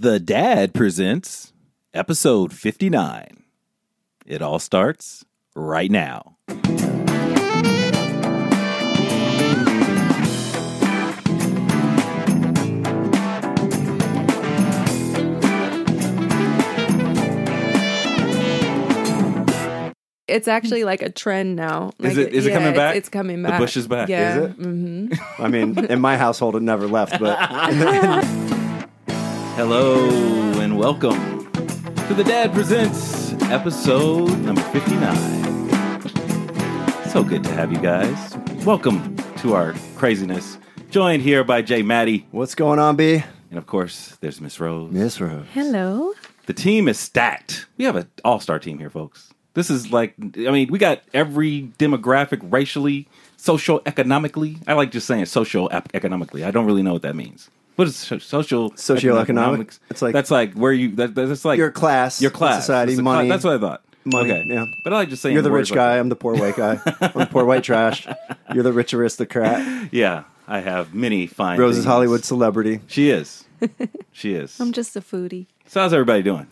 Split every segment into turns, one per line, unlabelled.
The Dad presents episode 59. It all starts right now.
It's actually like a trend now.
Is
Like,
it- is it
yeah,
coming
it's-
back?
It's, coming
The
back.
bush is back.
Yeah.
Is
it? Mm-hmm.
I mean, in my household, it never left, but
Hello and welcome to The Dad presents episode number 59. So good to have you guys. Welcome to our craziness. Joined here by Jay Maddie.
what's going on, B?
And of course, there's Miss Rose.
Miss Rose.
Hello.
The team is stacked. We have an all star team here, folks. This is like, I mean, we got every demographic, racially, social, economically. I like just saying social ep- economically. I don't really know what that means. What is so- social
Socioeconomic?
economics?
It's like-
that's like where you that, that's like
Your class,
your class,
society,
It's a
money,
That's what I thought.
money,
okay,
yeah.
But I like just saying
You're the
words
rich
like
guy. I'm the poor white guy. I'm the poor white trash. You're the rich aristocrat.
that. Yeah, I have many fine.
Rose is
things.
Hollywood celebrity.
She is. she is.
I'm just a foodie.
so how's everybody doing?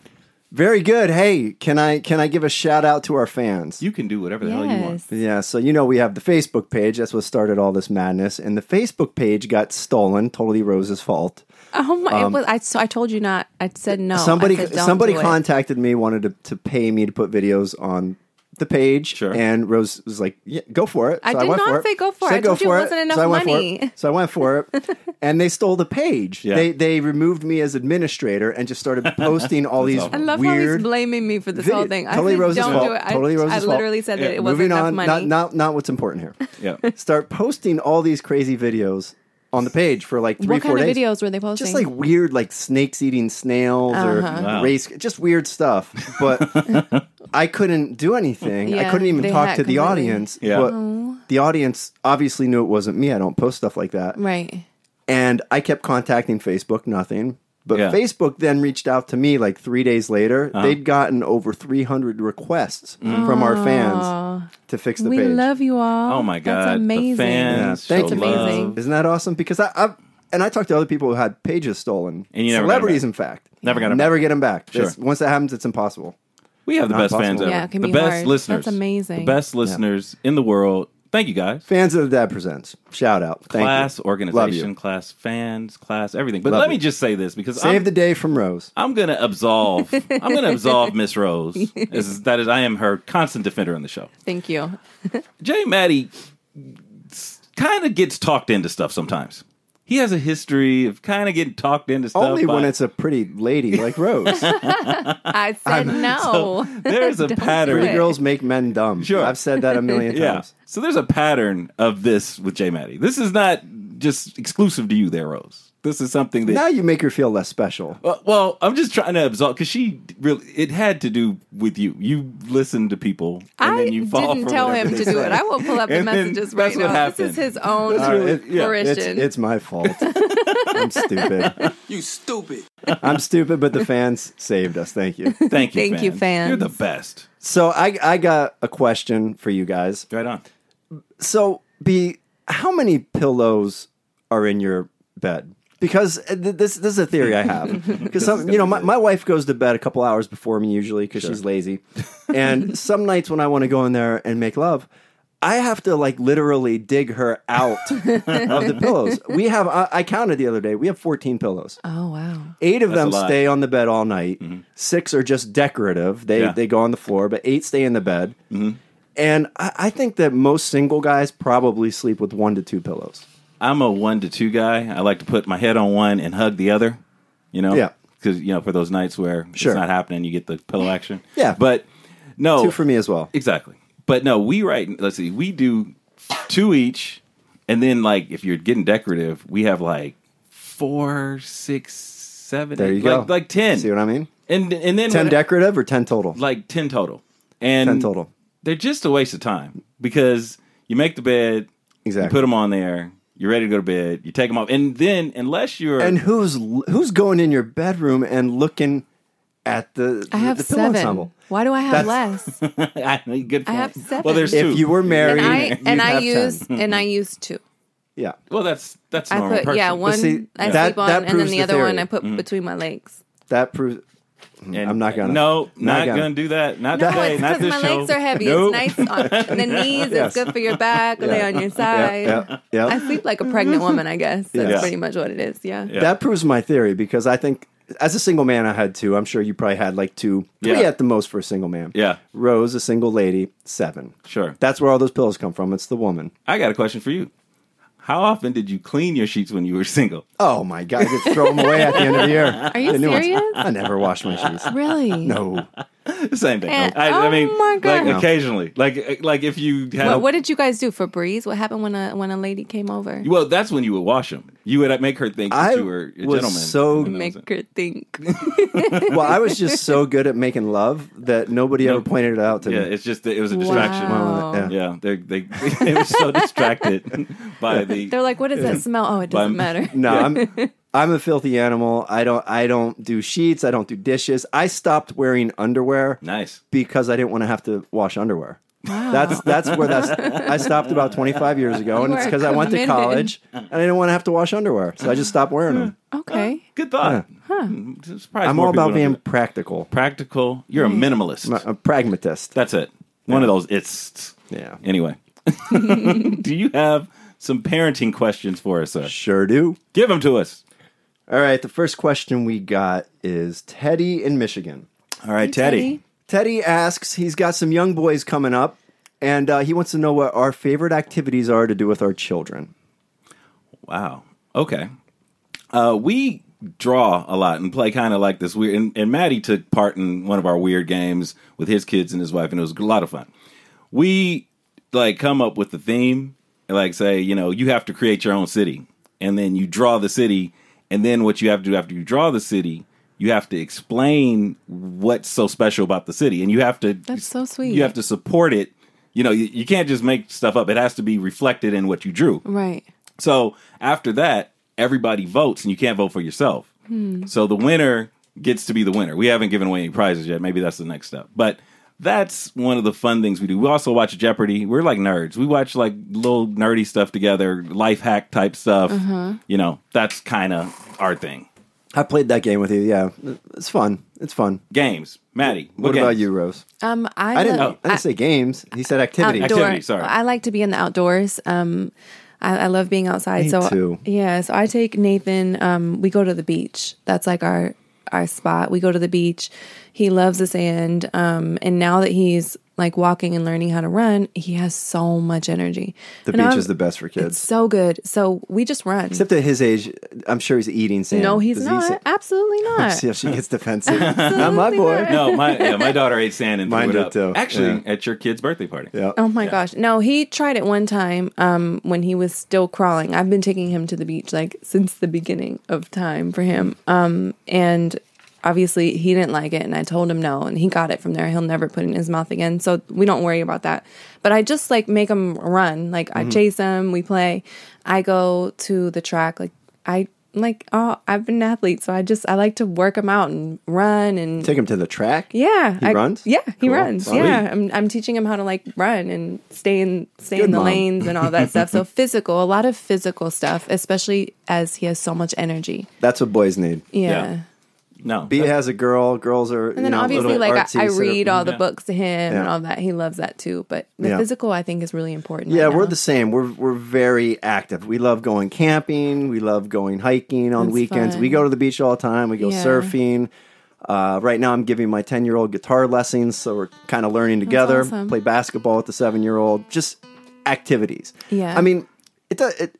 Very good. Hey, can I can I give a shout out to our fans?
You can do whatever the hell you want.
Yes.
Yeah, so you know we have the Facebook page. That's what started all this madness, and the Facebook page got stolen. Totally Rose's fault.
Oh my! it was, I, so I told you not. I said no. Oh, I
somebody
said, "Don't
somebody
do it."
contacted me wanted to, to pay me to put videos on the page
Sure.
and rose was like yeah go for it
I
so i
did
went
not
for it
say go for
She
it.
said,
I
go
told you
for
it
it
wasn't enough
so I went for
money.
it. so i went for it and they stole the page
Yeah.
they they removed me as administrator and just started posting all these
awful.
I love how
weird
he's blaming me for this
video-
whole thing.
totally
I said,
Rose's
don't
fault.
do it. I,
Totally Rose's
I
fault.
literally said that
Yeah,
it wasn't
moving
enough
on
money.
not, not not what's important here
Yeah.
start posting all these crazy videos on the page for like three
what
four
kind of
days
videos were they posting?
just like weird like snakes eating snails or
Uh-huh.
Wow.
race just weird stuff but i couldn't do anything
Yeah,
i couldn't even
they
talk
hack
to the
completely.
audience
Yeah.
but the audience obviously knew it wasn't me i don't post stuff like that
right.
and i kept contacting facebook nothing but
Yeah. Uh-huh.
facebook then reached out to me like three days later they'd gotten over 300 requests from our fans to fix the
We
page
love you all.
Oh my god!
That's amazing.
The fans
Yeah, thank
show
you.
love.
amazing.
isn't that awesome because i I've, and i talked to other people who had pages stolen
And you never got 'em
celebrities
back.
in fact
Never got 'em
never get them back It's-
Sure.
once that happens it's impossible
We have the
Not
best fans
possible.
ever.
Yeah, it can
the
be
best
hard.
listeners.
That's amazing.
The best listeners in the world. Thank you guys.
Fans of the Dad Presents. Shout out. Thank
class
you. Love
organization,
you.
class fans, class everything. But
Love
let
you.
me just say this because
Save
I'm,
the day from Rose.
I'm going to absolve. I'm going to absolve Miss Rose. As, that is, I am her constant defender on the show.
Thank you.
Jay Maddie kind of gets talked into stuff sometimes. He has a history of kind of getting talked into stuff.
Only when
by-
it's a pretty lady like Rose.
I said no.
there's a pattern.
Oh. do it.
pretty girls make men dumb.
Sure.
I've said that a million
Yeah.
times.
So there's a pattern of this with Jay Maddie. This is not just exclusive to you, there, Rose. This is something that.
Now you make her feel less special.
Well- well, I'm just trying to absolve because she really. It had to do with you. You listen to people, and
I
then you fall
didn't
for
tell
whatever
him
they
to do
say.
it. I will pull up the
And then
messages right
that's
now.
what
This is
happened.
his own
really- yeah,
It's,
fruition.
it's my fault. I'm stupid.
You stupid.
I'm stupid, but the fans saved us. Thank you.
Thank you,
Thank you,
You're
fans.
the best.
So I, I got a question for you guys.
Right on.
So, B, how many pillows are in your bed? Because uh, th- this this is a theory I have. Because some, you know, my, my wife goes to bed a couple hours before me usually because she's lazy, and some nights when I want to go in there and make love. I have to like literally dig her out of the pillows. We have, I, I counted the other day, we have 14 pillows.
oh wow.
Eight of them
a lot. Mm-hmm.
stay on the bed all night. Six are just decorative; they
Yeah. Mm-hmm.
they go on the floor, but eight stay in the bed. And I, I think that most single guys probably sleep with one to two pillows.
I'm a one to two guy. I like to put my head on one and hug the other. You know,
Yeah.
Because you know, for those nights where
Sure.
it's not happening, you get the pillow action.
Yeah.
but no,
Two for me as well.
Exactly. But no, we write. Let's see, we do two each, and then like if you're getting decorative, we have like four, six, seven,
There you
eight,
go.
like like ten.
See what I mean?
And and then
Ten
when-
decorative or ten total?
like ten total, and
10 total.
They're just a waste of time because you make the bed, you
Exactly.
put them on there, you're ready to go to bed, you take them off, and then unless you're
and who's who's going in your bedroom and looking at the
I have
the pillow
seven.
ensemble?
Why do I have less?
good.
I
point.
have seven.
Well, there's two.
If you were married,
and I
you'd
and I
have 10.
use and I use two.
yeah.
well, that's that's a
I
normal.
put yeah
person.
one
see,
I
that-
sleep on
that
and then
proves
the
the
other one
theory.
I put between my legs.
That proves.
And-
I'm not gonna.
No, not,
gonna.
gonna. do that. Not
No,
today.
it's
not
because
this
my
show.
legs are heavy.
Nope.
It's nice on the knees.
Yes.
It's good for your back. Lay on your side.
Yeah, yeah, yeah.
I sleep like a pregnant woman. I guess that's
Yes.
pretty much what it is. Yeah.
Yeah.
That proves my theory because I think as a single man, I had two. I'm sure you probably had like two, three
Yeah.
at the most for a single man.
Yeah.
Rose, a single lady, seven.
Sure.
That's where all those pillows come from. It's the woman.
I got a question for you. How often did you clean your sheets when you were single?
Oh my god, I could throw them away at the end of the year.
Are you
The new ones.
serious?
I never wash my sheets.
Really?
No,
Same thing.
Eh,
I, I
oh
mean,
my God.
like
No.
occasionally, like like if you had a,
What, what did you guys do, Febreze? What happened when a when a lady came over?
well, that's when you would wash them. You would uh, make her think that
I
you were a
was
gentleman.
so-
And that was
Make
it.
her think.
well, I was just so good at making love that nobody ever pointed it out to
yeah,
me.
it's just that it was a distraction.
Wow.
Well,
Yeah, they they they were so distracted by the
They're like, what is that smell? Oh, it doesn't
By-
matter.
No, I'm I'm a filthy animal. I don't I don't do sheets. I don't do dishes. I stopped wearing underwear
nice.
because I didn't want to have to wash underwear. That's that's where that's I stopped about 25 years ago, and
You
it's
are
because I went to
committed.
college and I didn't want to have to wash underwear, so I just stopped wearing them.
Okay.
Good thought. Hmm, surprised
I'm
more
all
people
about
don't do
being
that.
practical,
practical. You're a minimalist.
a pragmatist.
That's it. One of those it's.
Yeah.
Anyway, do you have some parenting questions for us, sir?
Sure do.
Give them to us.
All right, the first question we got is Teddy in Michigan.
All right,
Teddy.
Teddy asks, he's got some young boys coming up, and uh, he wants to know what our favorite activities are to do with our children.
Wow. Okay. Uh, we draw a lot and play kind of like this weird. And, and Maddie took part in one of our weird games with his kids and his wife, and it was a lot of fun. We like come up with the theme, like say, you know, you have to create your own city, and then you draw the city, and then what you have to do after you draw the city. You have to explain what's so special about the city, and you have to.
That's so sweet.
You have to support it. You know, you, you can't just make stuff up. It has to be reflected in what you drew.
Right.
So after that, everybody votes, and you can't vote for yourself. So the winner gets to be the winner. We haven't given away any prizes yet. Maybe that's the next step. But that's one of the fun things we do. We also watch Jeopardy. We're like nerds. We watch like little nerdy stuff together, life hack type stuff. You know, that's kind of our thing.
I played that game with you. Yeah, it's fun. It's fun.
Games, Maddie.
What,
games?
about you, Rose?
Um, I, Uh,
I didn't,
love-
I didn't say games. He said activities.
outdoor.
Activity, sorry.
I like to be in the outdoors. Um, I, I love being outside.
Me
so
too.
yeah, so I take Nathan. Um, we go to the beach. That's like our our spot. We go to the beach. He loves the sand. Um, and now that he's like walking and learning how to run, he has so much energy.
The
And
beach
I'm-
is the best for
It's
kids.
so good. So we just run.
Except at his age, I'm sure he's eating sand.
no, he's
Does he
not.
say-
Absolutely not.
See if she gets defensive. not my boy.
not.
No, my yeah, my daughter ate sand and
Mine
threw it
did
up.
too.
Actually,
Yeah.
at your kid's birthday party.
Yeah.
Oh my gosh. No, he tried it one time um, when he was still crawling. I've been taking him to the beach like since the beginning of time for him. Um, and obviously he didn't like it and I told him no and he got it from there. He'll never put it in his mouth again. So we don't worry about that. But I just like make him run. Like I chase him, we play. I go to the track like I like oh, I've been an athlete, so I just I like to work him out and run and
Take him to the track.
yeah,
He runs?
Yeah, he
Cool.
runs.
Sweet.
Yeah, I'm I'm teaching him how to like run and stay in stay
Good
in the
mom.
lanes and all that stuff. So physical, a lot of physical stuff, especially as he has so much energy.
That's what boys need.
Yeah.
Yeah. No.
B has a girl. Girls are.
And then obviously, like I, I read all the
Yeah.
books to him and
Yeah.
all that. He loves that too. But the
Yeah.
physical, I think, is really important.
Yeah,
right
we're
now.
the same. We're we're very active. We love going camping. We love going hiking on
That's
weekends.
fun.
We go to the beach all the time. We go
Yeah.
surfing. Uh, right now, I'm giving my ten year old guitar lessons, so we're kind of learning together.
awesome.
Play basketball with the seven year old. Just activities.
Yeah.
I mean, it. does- it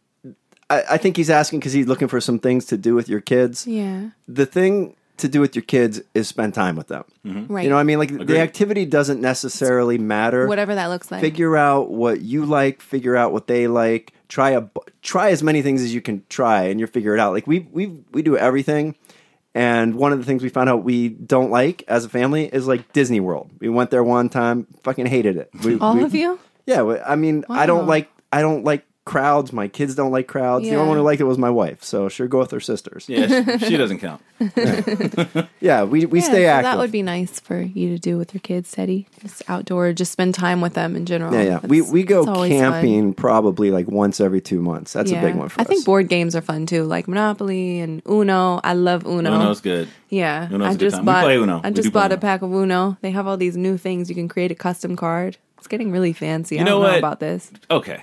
I, I think he's asking because he's looking for some things to do with your kids.
yeah,
The thing to do with your kids is spend time with them.
right.
You know, what I mean, like
Agreed.
the activity doesn't necessarily matter
whatever that looks like.
figure out what you like figure out what they like try a bu- try as many things as you can try and you'll figure it out like we we we do everything and one of the things we found out we don't like as a family is like disney world we went there one time fucking hated it we,
all
we-
of you.
yeah we- i mean i
Wow.
don't like i don't like crowds. My kids don't like crowds. The only
Yeah.
one who liked it was my wife. So sure, go with her sisters. Yeah,
Yeah, she, she doesn't count.
we, we
Yeah,
stay
so
active.
That would be nice for you to do with your kids, Teddy. Just outdoor, just spend time with them in general.
yeah, yeah. We
That's-
we go
that's always fun.
camping probably like once every two months. That's a big
Yeah.
one for
I
us.
think board games are fun too, like Monopoly and Uno. I love Uno.
Uno's good.
yeah,
Uno's a
I
good
just
time. We
bought.
play Uno.
I
We
just
do play
bought a
Uno.
pack of Uno. They have all these new things. You can create a custom card. It's getting really fancy. I
know
don't know
what?
about this.
Okay,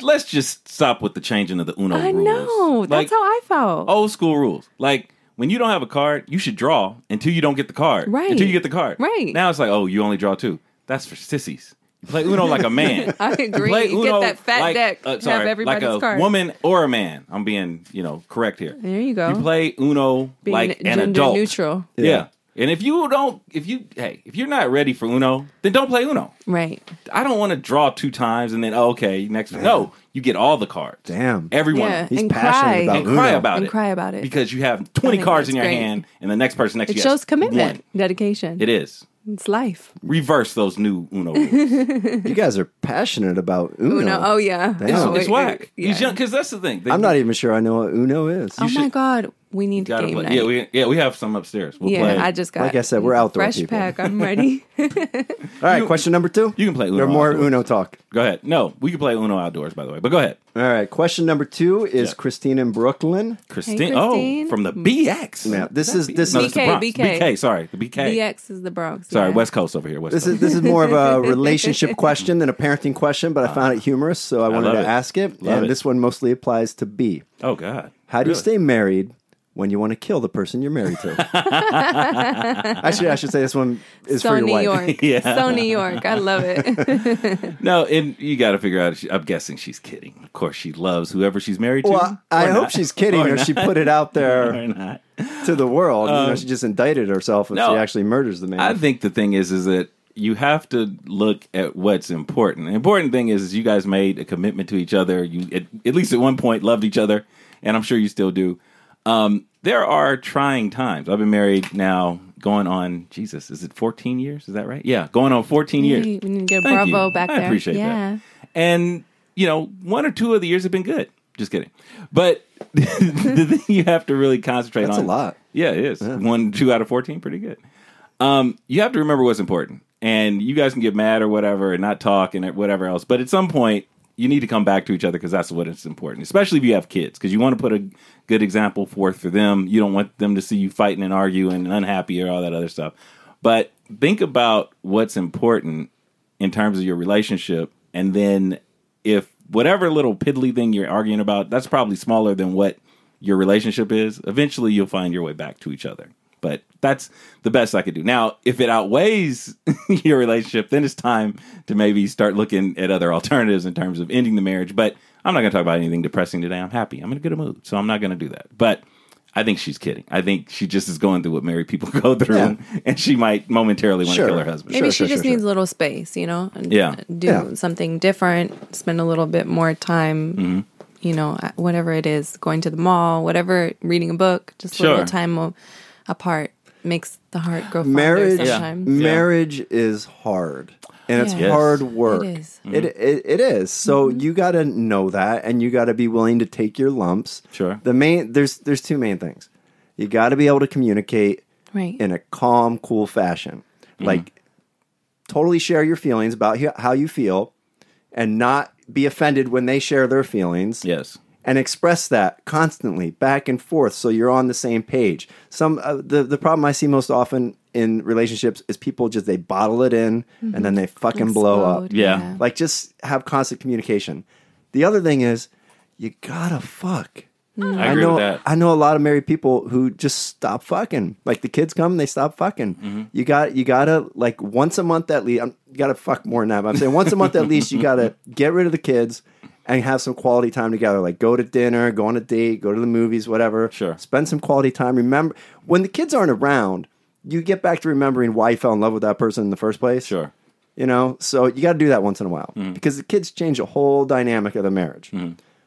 let's just stop with the changing of the Uno
I
rules.
know.
Like, Oh,
That's how I felt.
old school rules. Like when you don't have a card, you should draw until you don't get the card.
Right.
Until you get the card.
Right.
Now it's like, oh, you only draw two. That's for sissies. You play Uno like a man.
I
You
agree.
play
you
Uno
get that fat
like-
deck.
uh,
have
sorry,
everybody's
like a
card.
woman or a man. I'm being, you know, correct here.
There you go.
You play Uno
Being
like an
gender
adult.
neutral.
Yeah. And if you don't, if you, hey, if you're not ready for Uno, then don't play Uno.
Right.
I don't want to draw two times and then oh, okay next. No, you get all the cards.
Damn.
everyone.
Yeah.
He's
And
passionate
cry.
about
and
Uno.
cry about
And
it.
cry about it.
because you have twenty
think
cards
that's
in your
great.
hand, and the next person next
It
you has
shows commitment,
one.
dedication.
It is
It's life.
reverse those new Uno. rules.
You guys are passionate about Uno.
Uno. Oh yeah.
It's-
Oh,
it's
wait,
whack.
yeah.
These young because that's the thing. They-
I'm not even sure I know what Uno is.
oh my
should-
god, we need
gotta
game
play.
night.
Yeah, we yeah we have some upstairs. We'll
yeah,
play.
I just got.
Like I said, we're outdoor
fresh
people.
pack. I'm ready.
All right, question number two.
you can play Uno.
There are more
outdoors.
Uno talk.
Go ahead. No, we can play Uno outdoors. By the way, but go ahead,
All right, question number two is
Yeah.
Christine in Brooklyn.
Christine.
Christine. Mm.
Oh, from the BX.
Yeah, this is this
No,
is
that's the
BK,
Bronx.
BK.
BK. Sorry, the BK.
BX is the Bronx.
Sorry,
yeah.
West Coast over here. West
this
Coast.
is this is more of a relationship question than a parenting question, but I found it humorous, so I wanted
Ah. love
to
it.
ask it.
Love
and
it.
this one mostly applies to B.
oh God.
How do you
Really?
stay married when you want to kill the person you're married to? I should I should say this one is
So
for your
New
wife.
York.
Yeah.
So New York. I love it.
No, and you got to figure out. if she- I'm guessing she's kidding. Of course, she loves whoever she's married to.
Well, I
Or
hope
not.
she's kidding
Or
or she put it out
Or
there
not.
to the world. you know, she just indicted herself and
Um, no.
she actually murders the man.
I think the thing is, is that you have to look at what's important. The important thing is, is you guys made a commitment to each other. You at, at least at one point loved each other, and I'm sure you still do. Um, there are trying times. I've been married now, going on Jesus. Is it 14 years? Is that right? Yeah, going on 14 years.
Hey, we need to get a
Thank
Bravo
you.
back
I
there.
appreciate
Yeah.
that. And you know, one or two of the years have been good. Just kidding. But the thing you have to really concentrate
That's a
on
lot.
Yeah, it is. One, two out of fourteen, pretty good. Um, you have to remember what's important, and you guys can get mad or whatever, and not talk and whatever else. But at some point, you need to come back to each other because that's what is important, especially if you have kids, because you want to put a good example forth for them. You don't want them to see you fighting and arguing and unhappy or all that other stuff. But think about what's important in terms of your relationship, and then if whatever little piddly thing you're arguing about, that's probably smaller than what your relationship is, eventually you'll find your way back to each other. But that's the best I could do. Now, if it outweighs your relationship, then it's time to maybe start looking at other alternatives in terms of ending the marriage. But I'm not going to talk about anything depressing today. I'm happy. I'm in a good mood. So I'm not going to do that. But I think she's kidding. I think she just is going through what married people go through,
Yeah.
and she might momentarily want to
Sure.
kill her husband.
Maybe
Sure,
she
sure,
just
sure,
needs a little space, you know? and
Yeah.
Do
Yeah.
something different, spend a little bit more time,
Mm-hmm.
you know, at- whatever it is, going to the mall, whatever, reading a book, just a
Sure.
little time a- apart makes the heart grow fonder
marriage
sometimes.
marriage is hard and it's
Yeah. Yes.
hard work
It is.
Mm-hmm.
Mm-hmm.
it, it, it is so you got to know that and you got to be willing to take your lumps
Sure.
the main there's there's two main things you got to be able to communicate
Right.
in a calm cool fashion
Mm-hmm.
like totally share your feelings about he- how you feel and not be offended when they share their feelings
Yes.
and express that constantly back and forth so you're on the same page some uh, the, the problem i see most often in relationships is people just they bottle it in and then they fucking blow up
Explode,
Yeah.
like just have constant communication the other thing is you gotta fuck
Hmm. I agree
know
with that.
I know a lot of married people who just stop fucking. Like the kids come, and they stop fucking.
Mm-hmm.
You got you gotta like once a month at least. I'm, you gotta fuck more than that. But I'm saying once a month at least, you gotta get rid of the kids and have some quality time together. Like go to dinner, go on a date, go to the movies, whatever.
Sure.
Spend some quality time. Remember when the kids aren't around, you get back to remembering why you fell in love with that person in the first place.
Sure.
You know, so you got to do that once in a while because the kids change the whole dynamic of the marriage.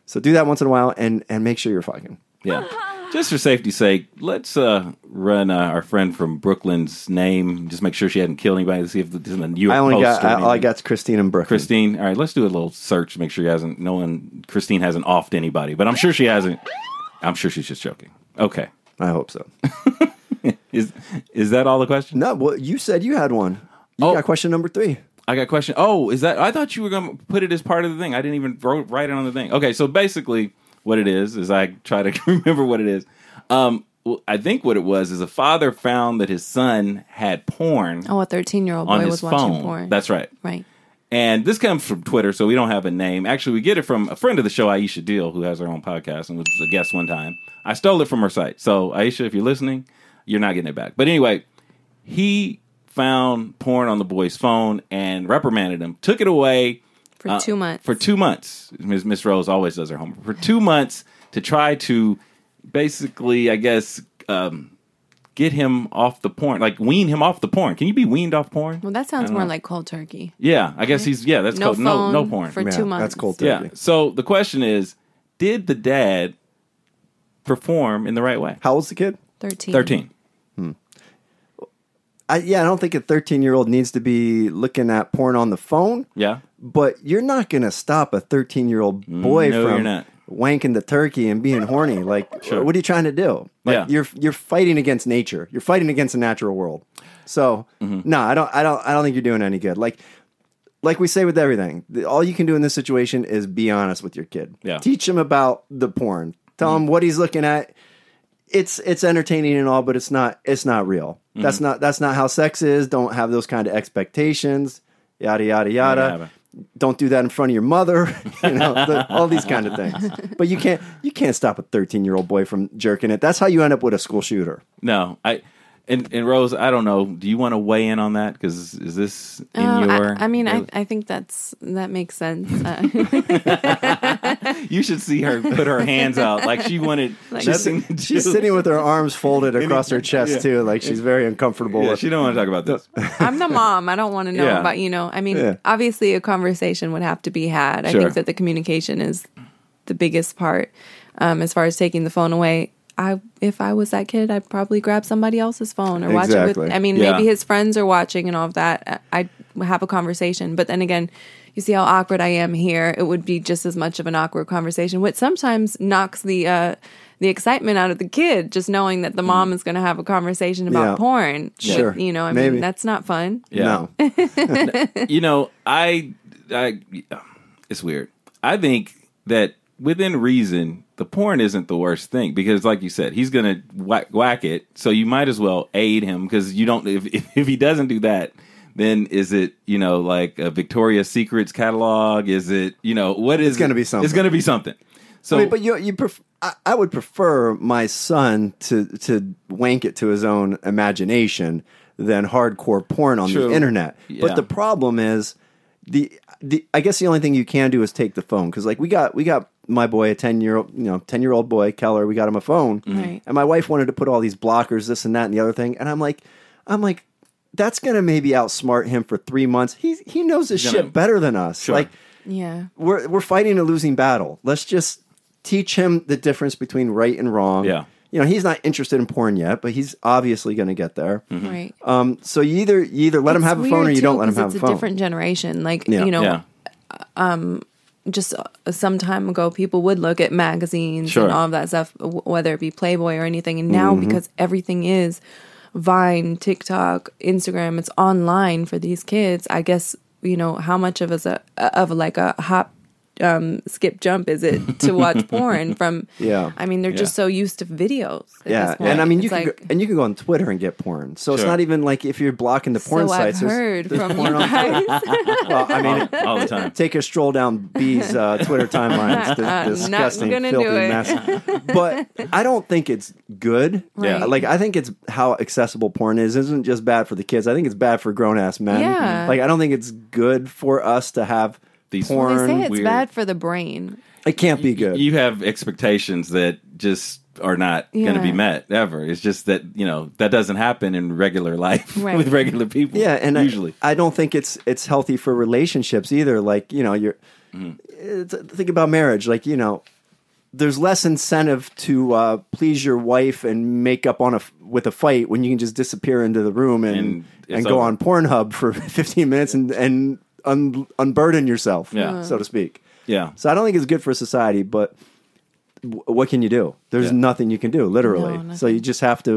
So do that once in a while and and make sure you're fucking.
Yeah. Just for safety's sake, let's uh, run uh, our friend from Brooklyn's name. Just make sure she hadn't killed anybody to see if this is a New York
I only
Post
got
or
I, all I
anything.
got's Christine and Brooklyn.
Christine. All right, let's do a little search. Make sure you hasn't. No one. Christine hasn't offed anybody, but I'm sure she hasn't. I'm sure she's just joking. Okay.
I hope so.
Is is that all the question?
No, well, you said you had one. You
Oh.
got question number three.
I got a question. Oh, is that? I thought you were going to put it as part of the thing. I didn't even wrote, write it on the thing. Okay, so basically, what it is is I try to remember what it is. Um, well, I think what it was is a father found that his son had porn
Oh, a 13 year old
on
boy
his
was watching
phone.
porn.
That's right.
right.
And this comes from Twitter, so we don't have a name. Actually, we get it from a friend of the show, Aisha Deal, who has her own podcast and was a guest one time. I stole it from her site. So, Aisha, if you're listening, you're not getting it back. But anyway, he found porn on the boy's phone and reprimanded him, took it away
For
uh,
two months.
For two months. Ms. Miss Rose always does her homework. For two months to try to basically, I guess, um, get him off the porn, like wean him off the porn. Can you be weaned off porn?
well, that sounds more like cold turkey.
Yeah, I guess he's yeah. uh, That's
No
called no
phone
no porn.
for
Yeah,
two months.
That's cold
yeah.
turkey.
So the question is, did the dad perform in the right way?
How old's the kid?
13.
Thirteen.
I, yeah, I don't think a 13 year old needs to be looking at porn on the phone.
Yeah.
But you're not going to stop a 13 year old boy
no, you're
from
not.
wanking the turkey and being horny. Like, what are you trying to do? Like,
Yeah.
you're you're fighting against nature. You're fighting against the natural world. So,
Mm-hmm.
no, I don't, I don't, I don't think you're doing any good. Like, like we say with everything, the- all you can do in this situation is be honest with your kid.
Yeah. Mm-hmm.
Teach him about the porn. Tell him what he's looking at. It's it's entertaining and all, but it's not it's not real.
Mm-hmm.
That's not that's not how sex is. Don't have those kind of expectations. Yada yada yada. Don't do that in front of your mother. you know, the- all these kind of things. But you can't you can't stop a thirteen year old boy from jerking it. That's how you end up with a school shooter.
No. I. And, and Rose, I don't know. Do you want to weigh in on that? Because is this in
Oh,
your?
I, I mean, I, I think that's that makes sense. Uh,
you should see her put her hands out like she wanted
Like-
nothing to
She's
do.
sitting with her arms folded across her chest too, like she's very uncomfortable.
Yeah,
with,
she don't want to talk about this.
I'm the mom. I don't want to know
Yeah.
about you know. I mean,
Yeah.
obviously, a conversation would have to be had. I
Sure.
think that the communication is the biggest part um, as far as taking the phone away. I if I was that kid, I'd probably grab somebody else's phone or watch it
Exactly.
with. I mean,
Yeah.
maybe his friends are watching and all of that. I- I'd have a conversation, but then again. You see how awkward I am here. It would be just as much of an awkward conversation, which sometimes knocks the uh, the excitement out of the kid. Just knowing that the mom is going to have a conversation about
Mm. Yeah.
porn.
Sure.
you know, I
Maybe.
mean, that's not fun.
Yeah.
No.
you know, I, I, it's weird. I think that within reason, the porn isn't the worst thing because, like you said, he's gonna whack, whack it. So you might as well aid him because you don't. If, if if he doesn't do that, then is it you know like a Victoria's Secrets catalog? Is it you know what is? It's
gonna be something.
It's gonna be something. So
I mean, but you you pref- I, I would prefer my son to to wank it to his own imagination than hardcore porn on
True.
the internet.
Yeah.
But the problem is the the I guess the only thing you can do is take the phone because like we got we got my boy a ten year old you know ten year old boy Keller we got him a phone
Mm-hmm.
Right.
and my wife wanted to put all these blockers this and that and the other thing and I'm like I'm like. That's gonna maybe outsmart him for three months. He he knows his
He's gonna-
shit better than us. Like
Yeah.
we're we're fighting a losing battle. Let's just teach him the difference between right and wrong.
Yeah.
You know, he's not interested in porn yet, but he's obviously going to get there.
Mm-hmm.
Right.
Um, so you either you either let him have a phone or you don't let him have
it's
a phone.
different generation. Like,
Yeah.
you know,
yeah,
just uh, some time ago, people would look at magazines
Sure.
and all of that stuff, w- whether it be Playboy or anything. And now,
Mm-hmm.
because everything is Vine, TikTok, Instagram, it's online for these kids. I guess you know how much of us a of like a hop. Um, skip jump is it to watch porn from?
Yeah.
I mean they're just so used to videos. at
yeah,
this point.
and I mean you
It's
can go,
like,
and you can go on Twitter and get porn. So it's
Sure.
not even like if you're blocking the porn
so
sites.
I've
there's-
heard
there's
from you
porn on Twitter.
guys.
well, I mean,
all the time.
take a stroll down B's uh, Twitter timelines. This
not
disgusting,
gonna
filthy
do it.
mess. But I don't think it's good. Uh,
Right.
Like I think it's how accessible porn is. It isn't just bad for the kids. I think it's bad for grown ass men.
Yeah.
Like I don't think it's good for us to have
These-
porn.
They say it's
weird.
bad for the brain.
it can't be good.
you have expectations that just are not going to
Yeah.
be met ever. It's just that you know that doesn't happen in regular life
Right.
with regular people.
yeah, and I-
usually
I, don't think it's it's healthy for
Mm-hmm.
relationships either. Like you know, you're it's, think about marriage. Like you know, there's less incentive to uh, please your wife and make up on a f- with a fight when you can just disappear into the room and
And
and,
it's
go
over.
on Pornhub for 15 minutes and and un- unburden yourself,
Yeah.
so to speak.
Yeah.
So I don't think it's good for society, but w- what can you do? There's
Yeah.
nothing you can do, literally.
No,
so you just have to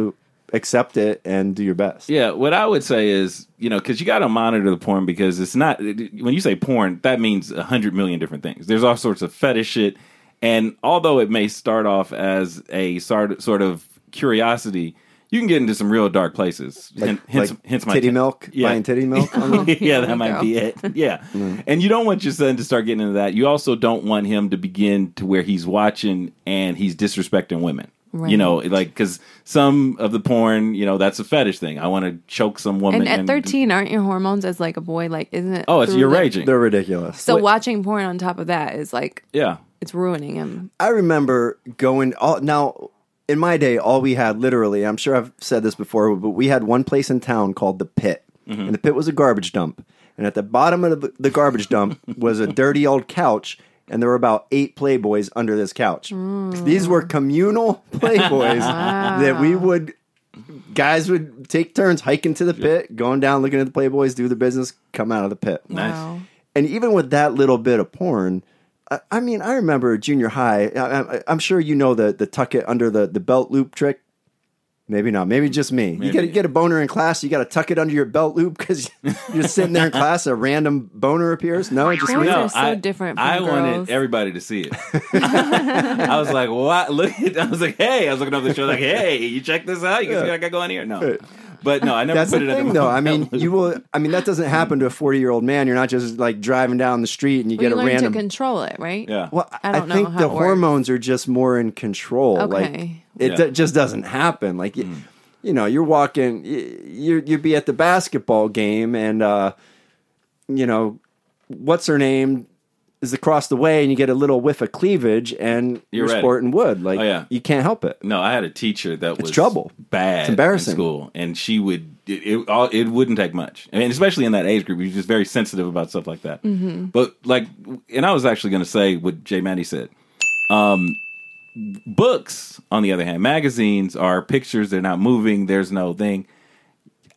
accept it and do your best.
Yeah, what I would say is, you know, because you got to monitor the porn because it's not when you say porn, that means a hundred million different things. There's all sorts of fetish shit, and although it may start off as a sort sort of curiosity, you can get into some real dark places. Hen- hence,
like
hence my
titty
ta-
milk,
Yeah.
buying titty milk. on
Oh,
the-
yeah, that might
go.
be it. Yeah.
Mm-hmm.
And you don't want your son to start getting into that. You also don't want him to begin to where he's watching and he's disrespecting women. You
Right.
know, like because some of the porn, you know, that's a fetish thing. I want to choke some woman.
And at 13, aren't your hormones as like a boy? Like, isn't it?
oh, it's
through,
you're
like-
raging.
They're ridiculous.
So watching porn on top of that is like,
Yeah,
it's ruining him.
I remember going all now in my day all we had literally I'm sure I've said this before but we had one place in town called the pit
Mm-hmm.
and the pit was a garbage dump and at the bottom of the, the garbage dump was a dirty old couch and there were about eight playboys under this couch these were communal playboys that we would guys would take turns hiking to the pit going down looking at the playboys do the business come out of the pit
Nice.
Wow.
and even with that little bit of porn, I, I mean, I remember junior high. I, I, I'm sure you know the the tuck it under the, the belt loop trick. Maybe not. Maybe just me. You got to get a boner in class. You got to tuck it under your belt loop because you're sitting there in class. A random boner appears. No, just me.
Boys are so different from
I
girls.
wanted everybody to see it. I was like, "What?" Look, at, I was like, "Hey!" I was looking up the show, like, "Hey, you check this out? You can see what I got going here." No, but no, I never
That's the
put it
thing,
under
though.
my
I mean,
pillow.
you will. I mean, that doesn't happen to a 40 year old man. You're not just like driving down the street and you
But
get
you
a
learn
random.
to control it, right?
yeah.
Well, I,
I don't know
think
how
the
it works.
hormones are just more in control.
Okay.
Like
Yeah.
it
Mm.
do- just doesn't happen. Like y- you know, you're walking, y- you you'd be at the basketball game, and uh, you know, what's her name is across the way, and you get a little whiff of cleavage, and
You're
you're,
ready.
sporting wood. Like
Oh, yeah.
you can't help it.
No, I had a teacher that was
trouble.
bad,
It's embarrassing.
in school, and she would it it, all, it wouldn't take much, I mean, especially in that age group. You're just very sensitive about stuff like that.
Mm-hmm.
But like, and I was actually going to say what Jay Maddie said. Um, books, on the other hand, magazines are pictures. They're not moving. There's no thing.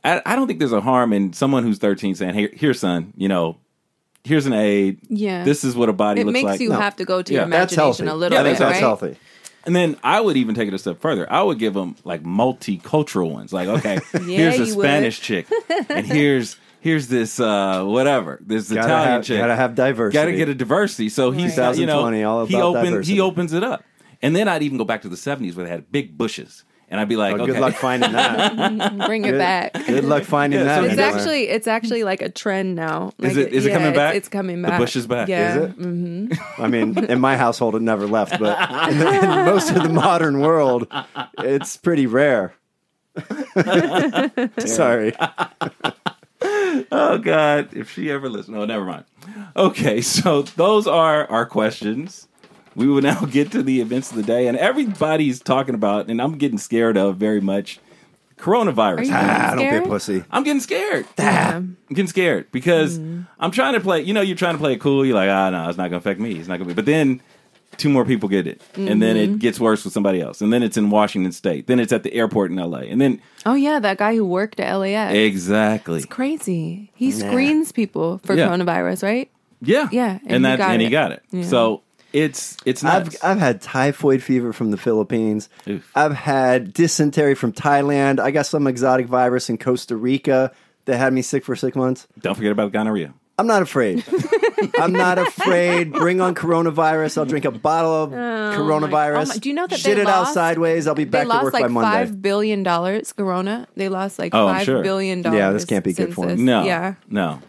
I, I don't think there's a harm in someone who's 13 saying, "Hey, here, son, you know." Here's an aid.
Yeah.
This is what a body
It
looks
makes
like.
you have to go to your
Yeah, that's
That's healthy.
imagination a little
I
bit,
think that's
right?
healthy.
And then I would even take it a step further. I would give them like multicultural ones. Like, okay, here's a
you would.
Spanish chick, and here's here's this uh, whatever. This
Gotta
Italian
have-
chick.
gotta have diversity.
Gotta get a diversity. So he's
Right.
you know
2020, all
he
about
opens he
diversity.
opens it up. And then I'd even go back to the seventies where they had big bushes, and I'd be like,
Oh,
okay,
Good luck finding that.
Bring
good,
it back.
good luck finding
Yeah,
that.
so
It's
anywhere.
actually it's actually like a trend now. Like,
Is it- is it coming
it's-
back?
It's, coming
The
back.
bush is back.
Yeah.
Is it? Mm-hmm. I mean, in my household, it never left, but in, the, in most of the modern world, it's pretty rare. Sorry.
oh god, if she ever listens. No, never mind. Okay, so those are our questions. We will now get to the events of the day, and everybody's talking about, and I'm getting scared of very much. Coronavirus.
Are you Ah,
I don't be a
Scared?
pussy.
I'm getting scared.
Yeah. Mm-hmm.
I'm getting scared because I'm trying to play. You know, you're trying to play it cool. You're like, ah, no, it's not gonna affect me. It's not gonna be. But then two more people get it, and then
Mm-hmm.
it gets worse with somebody else, and then it's in Washington State, then it's at the airport in L.A., and then
Oh yeah, that guy who worked at LAX.
exactly,
Crazy. He screens people for
Yeah.
coronavirus, right?
yeah,
Yeah, and
and
he
that's
got
and he
it.
got it.
Yeah.
So it's it's
I've
nuts.
I've had typhoid fever from the Philippines.
Oof.
I've had dysentery from Thailand. I got some exotic virus in Costa Rica that had me sick for six months.
Don't forget about gonorrhea.
I'm not afraid. I'm not afraid. Bring on coronavirus. I'll drink a bottle of coronavirus.
oh my- do you know that
shit
they
it out
lost-
sideways? I'll be back
they
to
lost
work
like
by Monday.
five billion dollars. Corona. They lost like
Oh, I'm
five
sure.
billion dollars.
Yeah, this can't be good
since
for 'em.
this.
No,
Yeah.
no,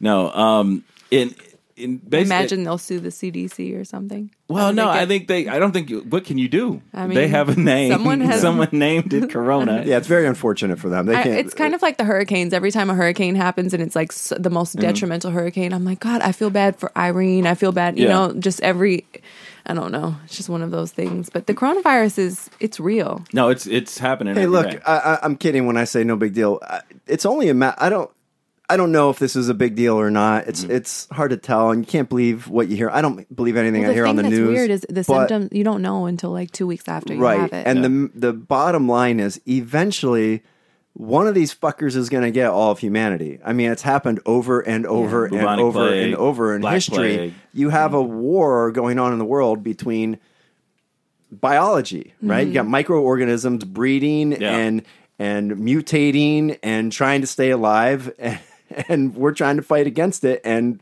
no. Um, in in basically,
Imagine they'll sue the CDC or something.
Well, no,
They
I
get-
think they. I don't think. you- What can you do?
I
they
mean,
have a name. Someone
someone has-
named it Corona.
Yeah, it's very unfortunate for them. They
I,
can't.
it's kind of like the hurricanes. Every time a hurricane happens and it's like s the most
Mm-hmm.
detrimental hurricane, I'm like, God, I feel bad for Irene. I feel bad, you
Yeah.
know, just every, I don't know. It's just one of those things. But the coronavirus is, it's real.
No, it's it's happening.
Hey,
every
look,
day.
I, I, I'm kidding when I say no big deal. I, it's only a ma- I don't. I don't know if this is a big deal or not. It's it's hard to tell, and you can't believe what you hear. I don't believe anything
Well,
I hear
thing
on the
that's
news.
weird is the
but-
symptoms you don't know until like two weeks after you
right?
have it.
And the the bottom line is eventually. One of these fuckers is going to get all of humanity. I mean, it's happened over and over and
Bubonic
over
plague,
and over in
Black
history.
plague. Mm-hmm.
You have a war going on in the world between biology, right?
Mm-hmm.
You got microorganisms breeding
Yeah.
and and mutating and trying to stay alive, and, we're trying to fight against it. And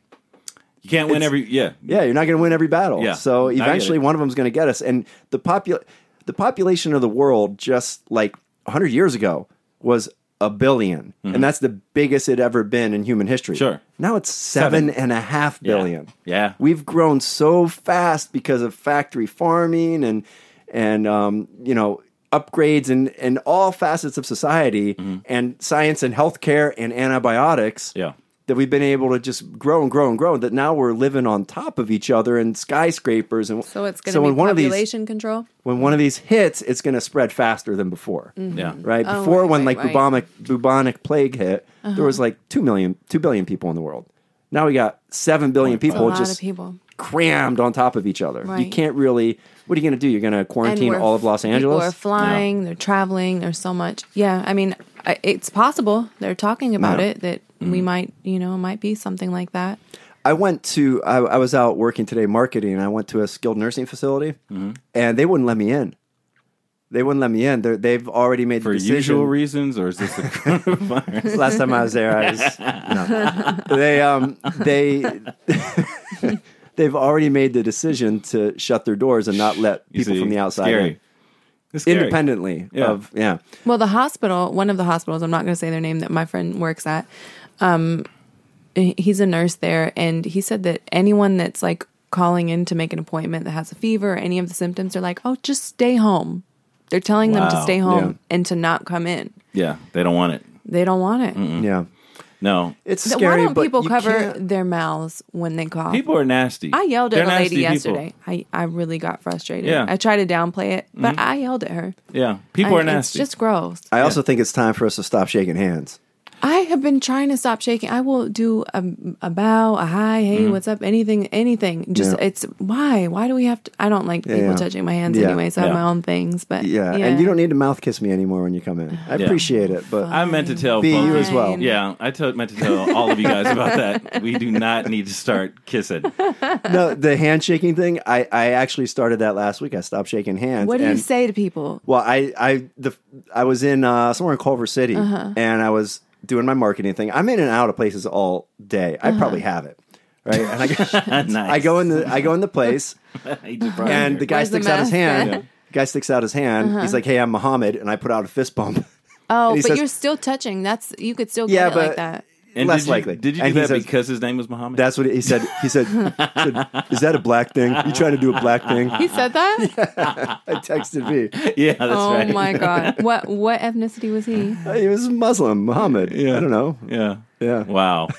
You can't win
It's-
every yeah.
yeah, you're not going to win every battle.
Yeah.
So
I get
eventually,
it.
one of them's going to get us. And the popu- the population of the world, just like 100 years ago, was a 1000000000 and that's the biggest it ever been in human history.
Mm-hmm. Sure.
Now it's seven and a half billion.
Yeah.
We've grown so fast because of factory farming and and um, you know upgrades and and all facets of society and science and healthcare and antibiotics
Mm-hmm. Yeah.
that we've been able to just grow and grow and grow. That now we're living on top of each other in skyscrapers and
so it's going to
so
be
when one of these
population control.
when one of these hits, it's going to spread faster than before.
Yeah.
Right
Oh,
before
right,
when
right,
like
right. Uh-huh.
bubonic bubonic plague hit, there was like two million, two billion people in the world. Now we got seven billion
A
people
lot
just
of people.
crammed on top of each other. You
Right.
can't really. What are you going to do? You're going to
And
quarantine
we're-
all of Los
people are
Angeles?
flying. They're traveling. There's so much. Yeah, I mean, I- it's possible. They're talking about
Yeah. Mm-hmm.
it that we might, you know, might be something like that.
I went to. I, I was out working today marketing, and I went to a skilled nursing facility, and they wouldn't let me in. They wouldn't let me in. They're, they've already made
For
the decision.
usual reasons, or is this the coronavirus?
Last time I was there, I was. No. They um they they've already made the decision to shut their doors and not let
You
people
see,
from the outside
Scary.
in.
It's scary.
independently
Yeah.
of yeah.
Well, the hospital, one of the hospitals, I'm not going to say their name that my friend works at. Um, h- he's a nurse there, and he said that anyone that's like calling in to make an appointment that has a fever or any of the symptoms, they're like, oh, just stay home. They're telling them to
Wow.
stay home
Yeah.
and to not come in.
Yeah, they don't want it.
They don't want it.
Yeah.
No,
It's
Th-
scary.
Why don't
but
people
you
cover
can't-
their mouths when they cough?
people are nasty.
I yelled
They're
at a lady
nasty people.
yesterday. I, I really got frustrated.
Yeah.
I tried to downplay it, but
Mm-hmm.
I yelled at her.
Yeah, people
I-
are nasty.
It's just gross.
I also think it's time for us to stop shaking hands.
I have been trying to stop shaking. I will do a, a bow, a hi, hey, what's up, anything, anything. Just
Mm-hmm. Yeah.
it's why? Why do we have to? I don't like people
yeah.
touching my hands
Yeah.
anyway, so I have
Yeah.
my own things. But
Yeah. And you don't need to mouth kiss me anymore when you come in. I
Yeah.
appreciate it, but
I meant to tell
Be
both-
you as well.
Yeah, I to- meant to tell all of you guys about that. We do not need to start kissing.
no, the handshaking thing, I, I actually started that last week. I stopped shaking hands.
What do you
and-
say to people?
Well, I I the I was in uh, somewhere in Culver City,
Uh-huh.
and I was doing my marketing thing. I'm in and out of places all day.
Uh-huh.
I probably have it, right? And I, go-
nice.
I go in the I go in the place,
He just brought it
and
here.
the guy
Where's the
sticks out his
mask Uh-huh.
hand.
at?
The guy sticks out his hand. He's like, "Hey, I'm Muhammad," and I put out a fist bump.
Oh,
he
but
says-
you're still touching. That's you could still get
Yeah,
it
but
like that.
And
less
did you-
likely.
Did you do
And he
that
says-
because his name was Muhammad?
That's what he said. He said, he said, "Is that a black thing? You trying to do a black thing?"
He said that.
I texted me.
yeah, that's
oh
right.
my god! What what ethnicity was he?
He was Muslim, Muhammad. I don't know.
Yeah.
Yeah.
Wow.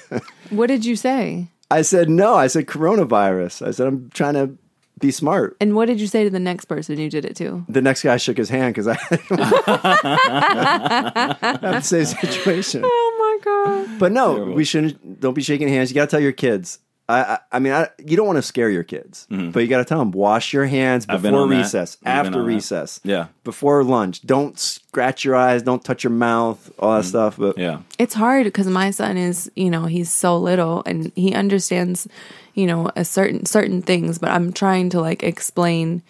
What did you say?
I said no. I said coronavirus. I said I'm trying to be smart.
And what did you say to the next person you did it to?
the next guy shook his hand because I I'm the same situation.
Oh my god!
But no, we shouldn't. Don't be shaking hands. You got to tell your kids. I, I, I mean, I, you don't want to scare your kids, but you got to tell them wash your hands
Mm-hmm. I've been
before
on that.
recess,
I've been
after
on that.
recess,
Yeah.
before lunch. Don't scratch your eyes. Don't touch your mouth. All that stuff. But
Mm-hmm. Yeah.
it's hard because my son is you know he's so little and he understands you know a certain certain things but i'm trying to like explain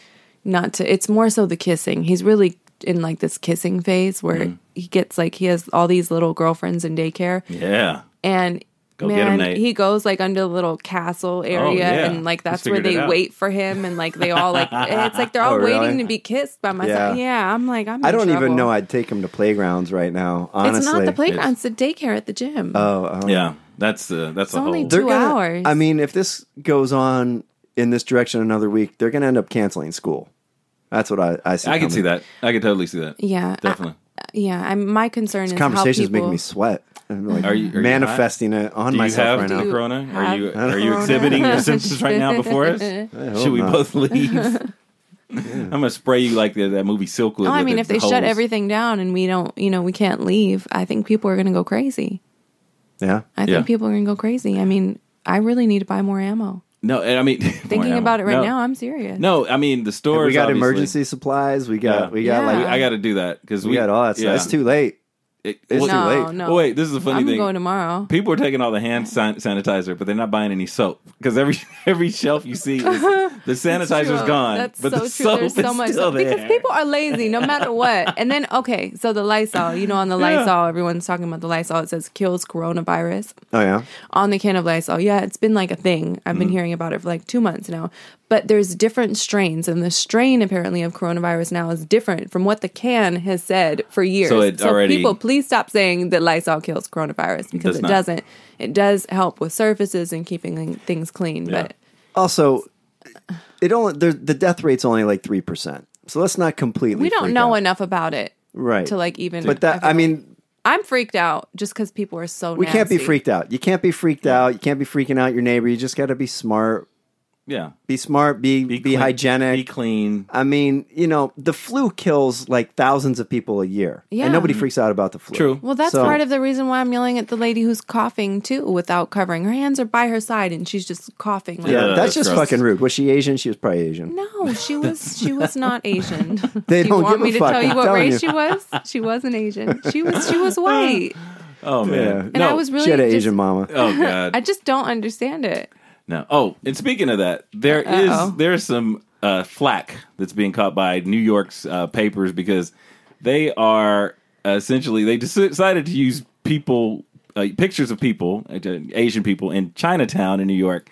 not to it's more so the kissing he's really in like this kissing phase where he gets like he has all these little girlfriends in daycare
Yeah.
and
Go get 'em,
man
Nate.
he goes like under the little castle area
yeah.
and like
He's
that's where
figured it
they
out.
wait for him and like they all like it's like they're all
Oh, really?
waiting to be kissed by my son
Yeah.
yeah i'm like i'm
I
in
don't even
trouble.
know I'd take them to playgrounds right now. Honestly,
it's not the playground it's the daycare at the gym
Oh, oh.
Yeah. That's uh, that's a
only
whole.
two hours.
I mean, if this goes on in this direction another week, they're going to end up canceling school. That's what I, I see.
I can
coming.
see that. I can totally see that.
Yeah, I-
Definitely.
yeah, I'm, my concern is how
Conversations
people,
making me sweat. I'm like
Are you- are you
manifesting it on
Do you have
myself right
the
now.
you-
corona? Are you
have
are you
corona?
exhibiting your symptoms right now before us?
hope
Should we
not.
both leave? I'm gonna spray you like the, that movie Silk.
Oh, I mean, if they shut everything down and we don't, you know, we can't leave, I think people are going to go crazy.
Yeah.
I
Yeah.
think people are going to go crazy. I mean, I really need to buy more ammo.
No, and I mean
Thinking about it right
no,
now, I'm serious.
No, I mean the store.
we got emergency supplies. We got
Yeah.
we got
Yeah.
like
I got to do that because
we, got all that stuff. It's too late.
It,
It's
well,
too
no,
late.
no.
well, wait, this is the funny
I'm
thing.
going tomorrow.
People are taking all the hand san- sanitizer, but they're not buying any soap because every every shelf you see, is, the sanitizer's
True.
gone,
That's
but
so
the
true.
soap
There's so
is
much
still there.
because people are lazy no matter what. And then okay, so the Lysol, you know, on the
Yeah.
Lysol, everyone's talking about the Lysol. It says kills coronavirus
Oh yeah.
on the can of Lysol. Yeah, it's been like a thing. I've
Mm-hmm.
been hearing about it for like two months now. But there's different strains, and the strain apparently of coronavirus now is different from what the can has said for years.
So it already-
people, please stop saying that Lysol kills coronavirus because
does
it
not.
doesn't. It does help with surfaces and keeping things clean,
Yeah.
but
Also, it only there- the death rate's only like three percent. So let's not completely.
we don't
freak
know
out.
enough about it
right
to like even.
But that I
feel-
mean,
I'm freaked out just because people are so.
we can't be
nasty.
freaked out. You can't be freaked out. You can't be freaking out your neighbor. You just got to be smart.
yeah,
Be smart. Be be,
clean-
hygienic.
be clean.
I mean, you know, the flu kills like thousands of people a year,
Yeah.
and nobody freaks out about the flu.
True.
Well, that's
So-
part of the reason why I'm yelling at the lady who's coughing too, without covering. Her hands are by her side, and she's just coughing. Like,
Yeah,
Yeah, that's
that's just
gross.
fucking rude. Was she Asian? She was probably Asian.
No, she was she was not Asian. Do
They
you
don't
want
give a
me to
fuck,
tell
I'm
you what
telling
race
you.
she was? She wasn't Asian. She was she was white.
Oh man,
Yeah.
And
no.
I was really
she had an
just-
Asian mama.
Oh god,
I just don't understand it.
no. Oh, and speaking of that, there is
Uh-oh.
there's some uh, flack that's being caught by New York's uh, papers because they are essentially they deci- decided to use people uh, pictures of people uh, Asian people in Chinatown in New York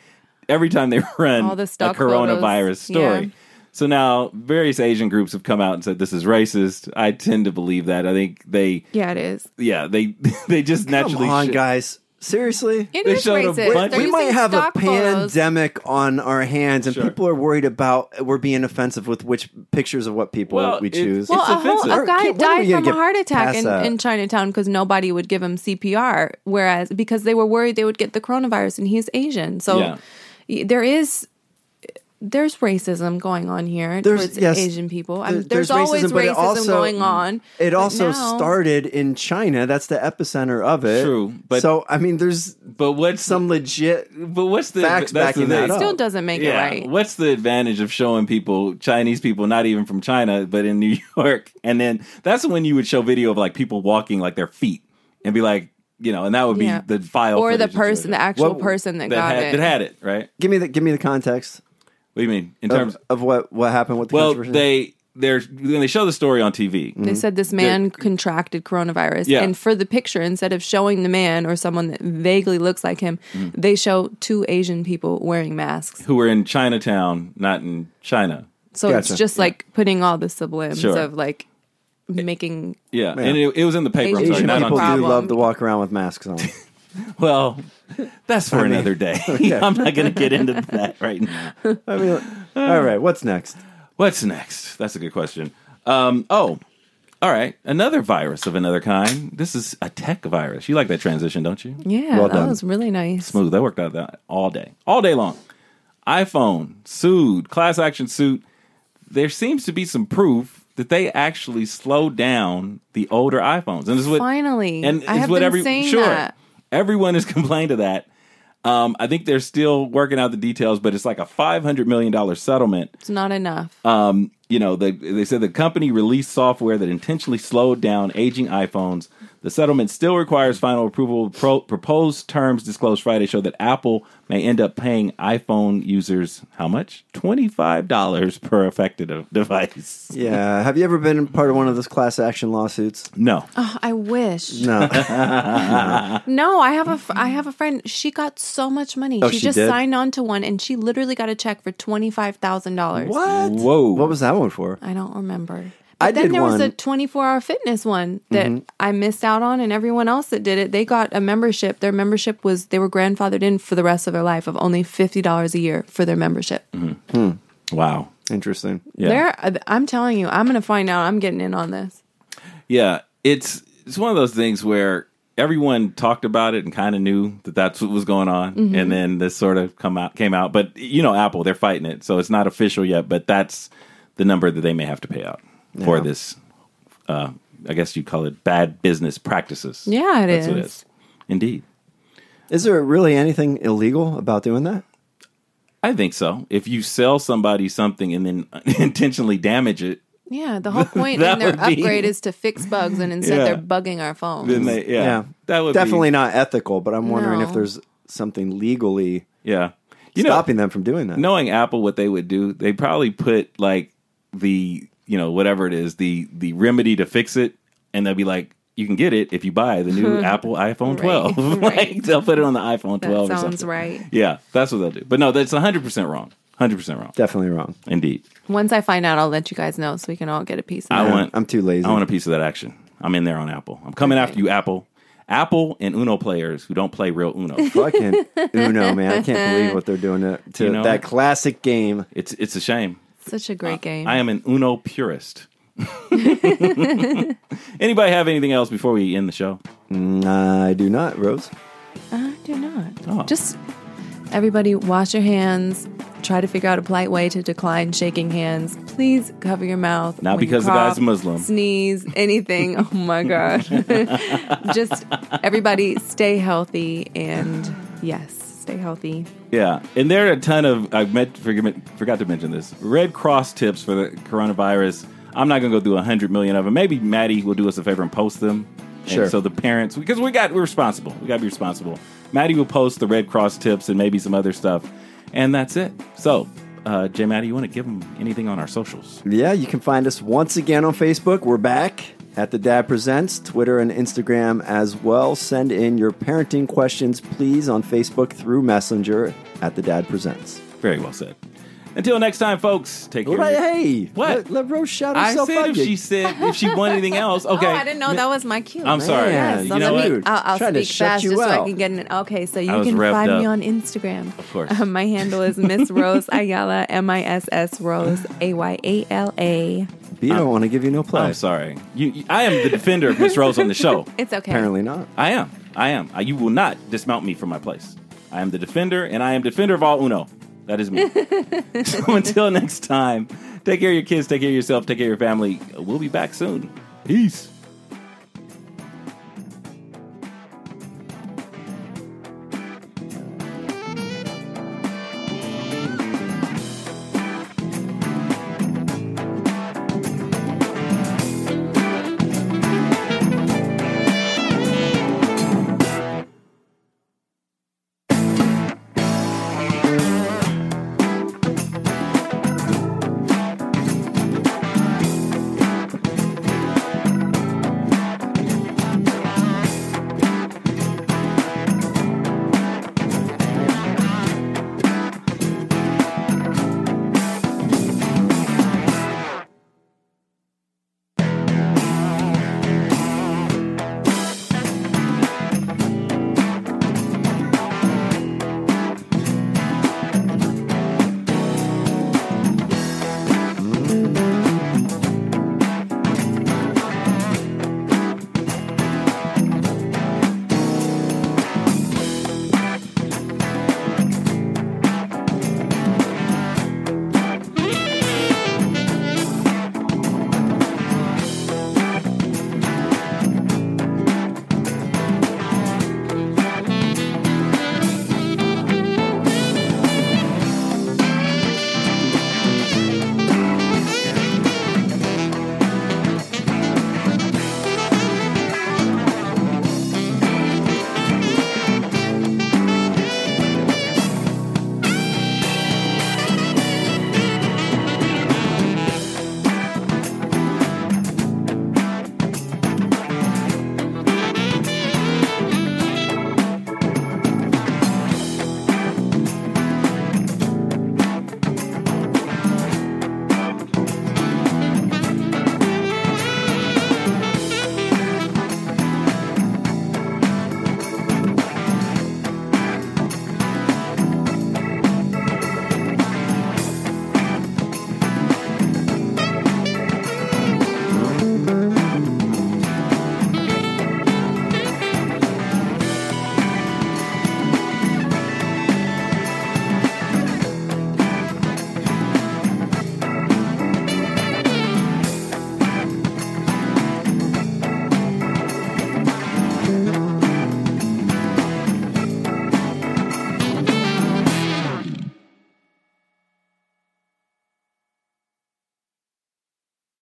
every time they run
All the
a
stock
coronavirus
photos. Yeah.
story. So now various Asian groups have come out and said this is racist. I tend to believe that. I think they
Yeah, it is.
yeah, they they just
Come
naturally
on,
sh-
guys. Seriously.
It
They
is
showed a
racist.
bunch-
They're
we
using
might
using
have a
stock photos.
pandemic on our hands, and
Sure.
people are worried about we're being offensive with which pictures of what people
Well,
we
it-
choose.
Well,
Well, a, whole,
offensive.
a guy
Kid, when are we
died
gonna
from a
get
heart attack
past
in,
that?
in Chinatown because nobody would give him CPR, whereas because they were worried they would get the coronavirus, and he's Asian. So
Yeah.
y- there is there's racism going on here
There's-
towards
yes,
Asian people. I
There-
mean, there's, always
but it mm,
racism going on.
It
but
also
now-
started in China. That's the epicenter of it.
True, but-
so I mean, there's
But what's
some legit.
But what's the
Facts
that's
backing
the
that
thing.
up.
still doesn't make it right.
What's the advantage of showing people Chinese people, not even from China, but in New York? And then that's when you would show video of like people walking like their feet and be like, you know, and that would be
Yeah.
the file
or the
footage that you
person,
would-
the actual
What-
person that,
that
got
had,
it.
that had it, right?
Give me the give me the context
What do you mean in terms?
of, of what what happened with the
well,
Oh, controversy.
they they're when they show the story on TV.
They said this man contracted coronavirus.
Yeah.
And for the picture, instead of showing the man or someone that vaguely looks like him, they show two Asian people wearing masks.
Who were in Chinatown, not in China.
So
Gotcha.
it's just like putting all the sublims
Sure.
of like making.
Yeah, and it, it was in the paper. I'm
Asian
sorry,
Asian
not
people
on TV.
do
problem.
love to walk around with masks on.
Well, that's for another day. I'm not going to get into that right now.
I mean, all right, what's next?
What's next? That's a good question. Um, oh, all right. Another virus of another kind. This is a tech virus. You like that transition, don't you?
Yeah,
Well
that
done.
was really nice.
Smooth. That worked out that all day, all day long. iPhone sued, class action suit. There seems to be some proof that they actually slowed down the older iPhones, and this is what
Finally.
and
I
it's
have
what
been
every
saying
sure
that.
everyone has complained of that. Um, I think they're still working out the details, but it's like a five hundred million dollar settlement
It's not enough.
um, you know, they, they said the company released software that intentionally slowed down aging iPhones. The settlement still requires final approval. Pro- proposed terms disclosed Friday show that Apple may end up paying iPhone users how much? $25 per affected de- device.
Yeah, have you ever been part of one of those class action lawsuits?
No.
Oh, I wish.
No.
No, I have a fr- I have a friend. She got so much money.
Oh,
she,
she
just
did?
signed on to one, and she literally got a check for twenty five thousand dollars.
What?
Whoa.
What was that one for?
I don't remember.
I
But then
did
there was a
one-
24 hour fitness one that I missed out on, and everyone else that did it, they got a membership. Their membership was, they were grandfathered in for the rest of their life of only $50 a year for their membership.
Wow.
Interesting.
Yeah.
There, I'm telling you, I'm going to find out. I'm getting in on this.
Yeah, it's it's one of those things where everyone talked about it and kind of knew that that's what was going on, and then this sort of come out came out. But you know, Apple they're fighting it, so it's not official yet. But that's the number that they may have to pay out for
Yeah.
this. Uh, I guess you would call it bad business practices.
Yeah, it
that's What it
is.
is. Indeed.
Is there really anything illegal about doing that?
I think so. If you sell somebody something and then intentionally damage it,
Yeah, the whole point
That
in their
would be-
upgrade is to fix bugs, and instead
Yeah.
they're bugging our phones.
then they yeah, that would be-
definitely not ethical. But I'm wondering if
No.
there's something legally
yeah. You know,
stopping them from doing that.
knowing Apple, what they would do, they probably put like the you know whatever it is, the the remedy to fix it, and they'll be like, you can get it if you buy the new Apple iPhone 12.
Right,
like
right.
they'll put it on the iPhone
that
12. or
sounds
something.
right.
Yeah, that's what they'll do. But no, that's 100 percent wrong. 100 percent wrong.
definitely wrong.
Indeed,
Once I find out, I'll let you guys know so we can all get a piece. Of
I
that.
want.
I'm too lazy.
I want a piece of that action. I'm in there on Apple. I'm coming after you, Apple. Apple and Uno players who don't play real Uno.
Fucking Uno, man! I can't believe what they're doing to, to
You know-
that classic game.
It's it's a shame.
Such a great game.
I am an Uno purist. Anybody have anything else before we end the show?
I do not, Rose.
I do not.
Oh.
Just everybody wash your hands. Try to figure out a polite way to decline shaking hands. Please cover your mouth.
Not
when you
because the
cough,
guy's Muslim.
Sneeze, anything. oh my God. Just everybody stay healthy and yes, stay healthy.
Yeah, and there are a ton of I met forg- forgot to mention this Red Cross tips for the coronavirus. I'm not going to go through a hundred million of them. Maybe Maddie will do us a favor and post them. And
Sure.
so the parents, because we got we're responsible, we got to be responsible. Maddie will post the Red Cross tips and maybe some other stuff, and that's it. So, uh, Jay Maddie, you want to give them anything on our socials?
Yeah, you can find us once again on Facebook. We're back at The Dad Presents, Twitter and Instagram as well. Send in your parenting questions, please, on Facebook through Messenger at The Dad Presents.
Very well said. Until next time, folks. Take care.
Right, hey,
What?
Let, let Rose shout
I
herself
said
out.
if
you-
she said if she wanted anything else. Okay.
Oh, I didn't know that was my cue.
I'm sorry.
Yeah,
you
I'm
know
gonna
what?
mute.
I'll, I'll
Trying to
speak
shut
fast
you
just so
out.
I can get an okay. So
I
you
was
can
revved
find me
up.
on Instagram. Of
course.
my handle is Miss Rose Ayala. M I S S Rose A Y A L A.
But you don't want to give you no play.
I'm sorry. You, you- I am the defender of Miss Rose on the show.
It's okay.
Apparently not.
I am. I am. I, you will not dismount me from my place. I am the defender, and I am defender of all Uno. That is me. so until next time, take care of your kids, take care of yourself, take care of your family. We'll be back soon. Peace.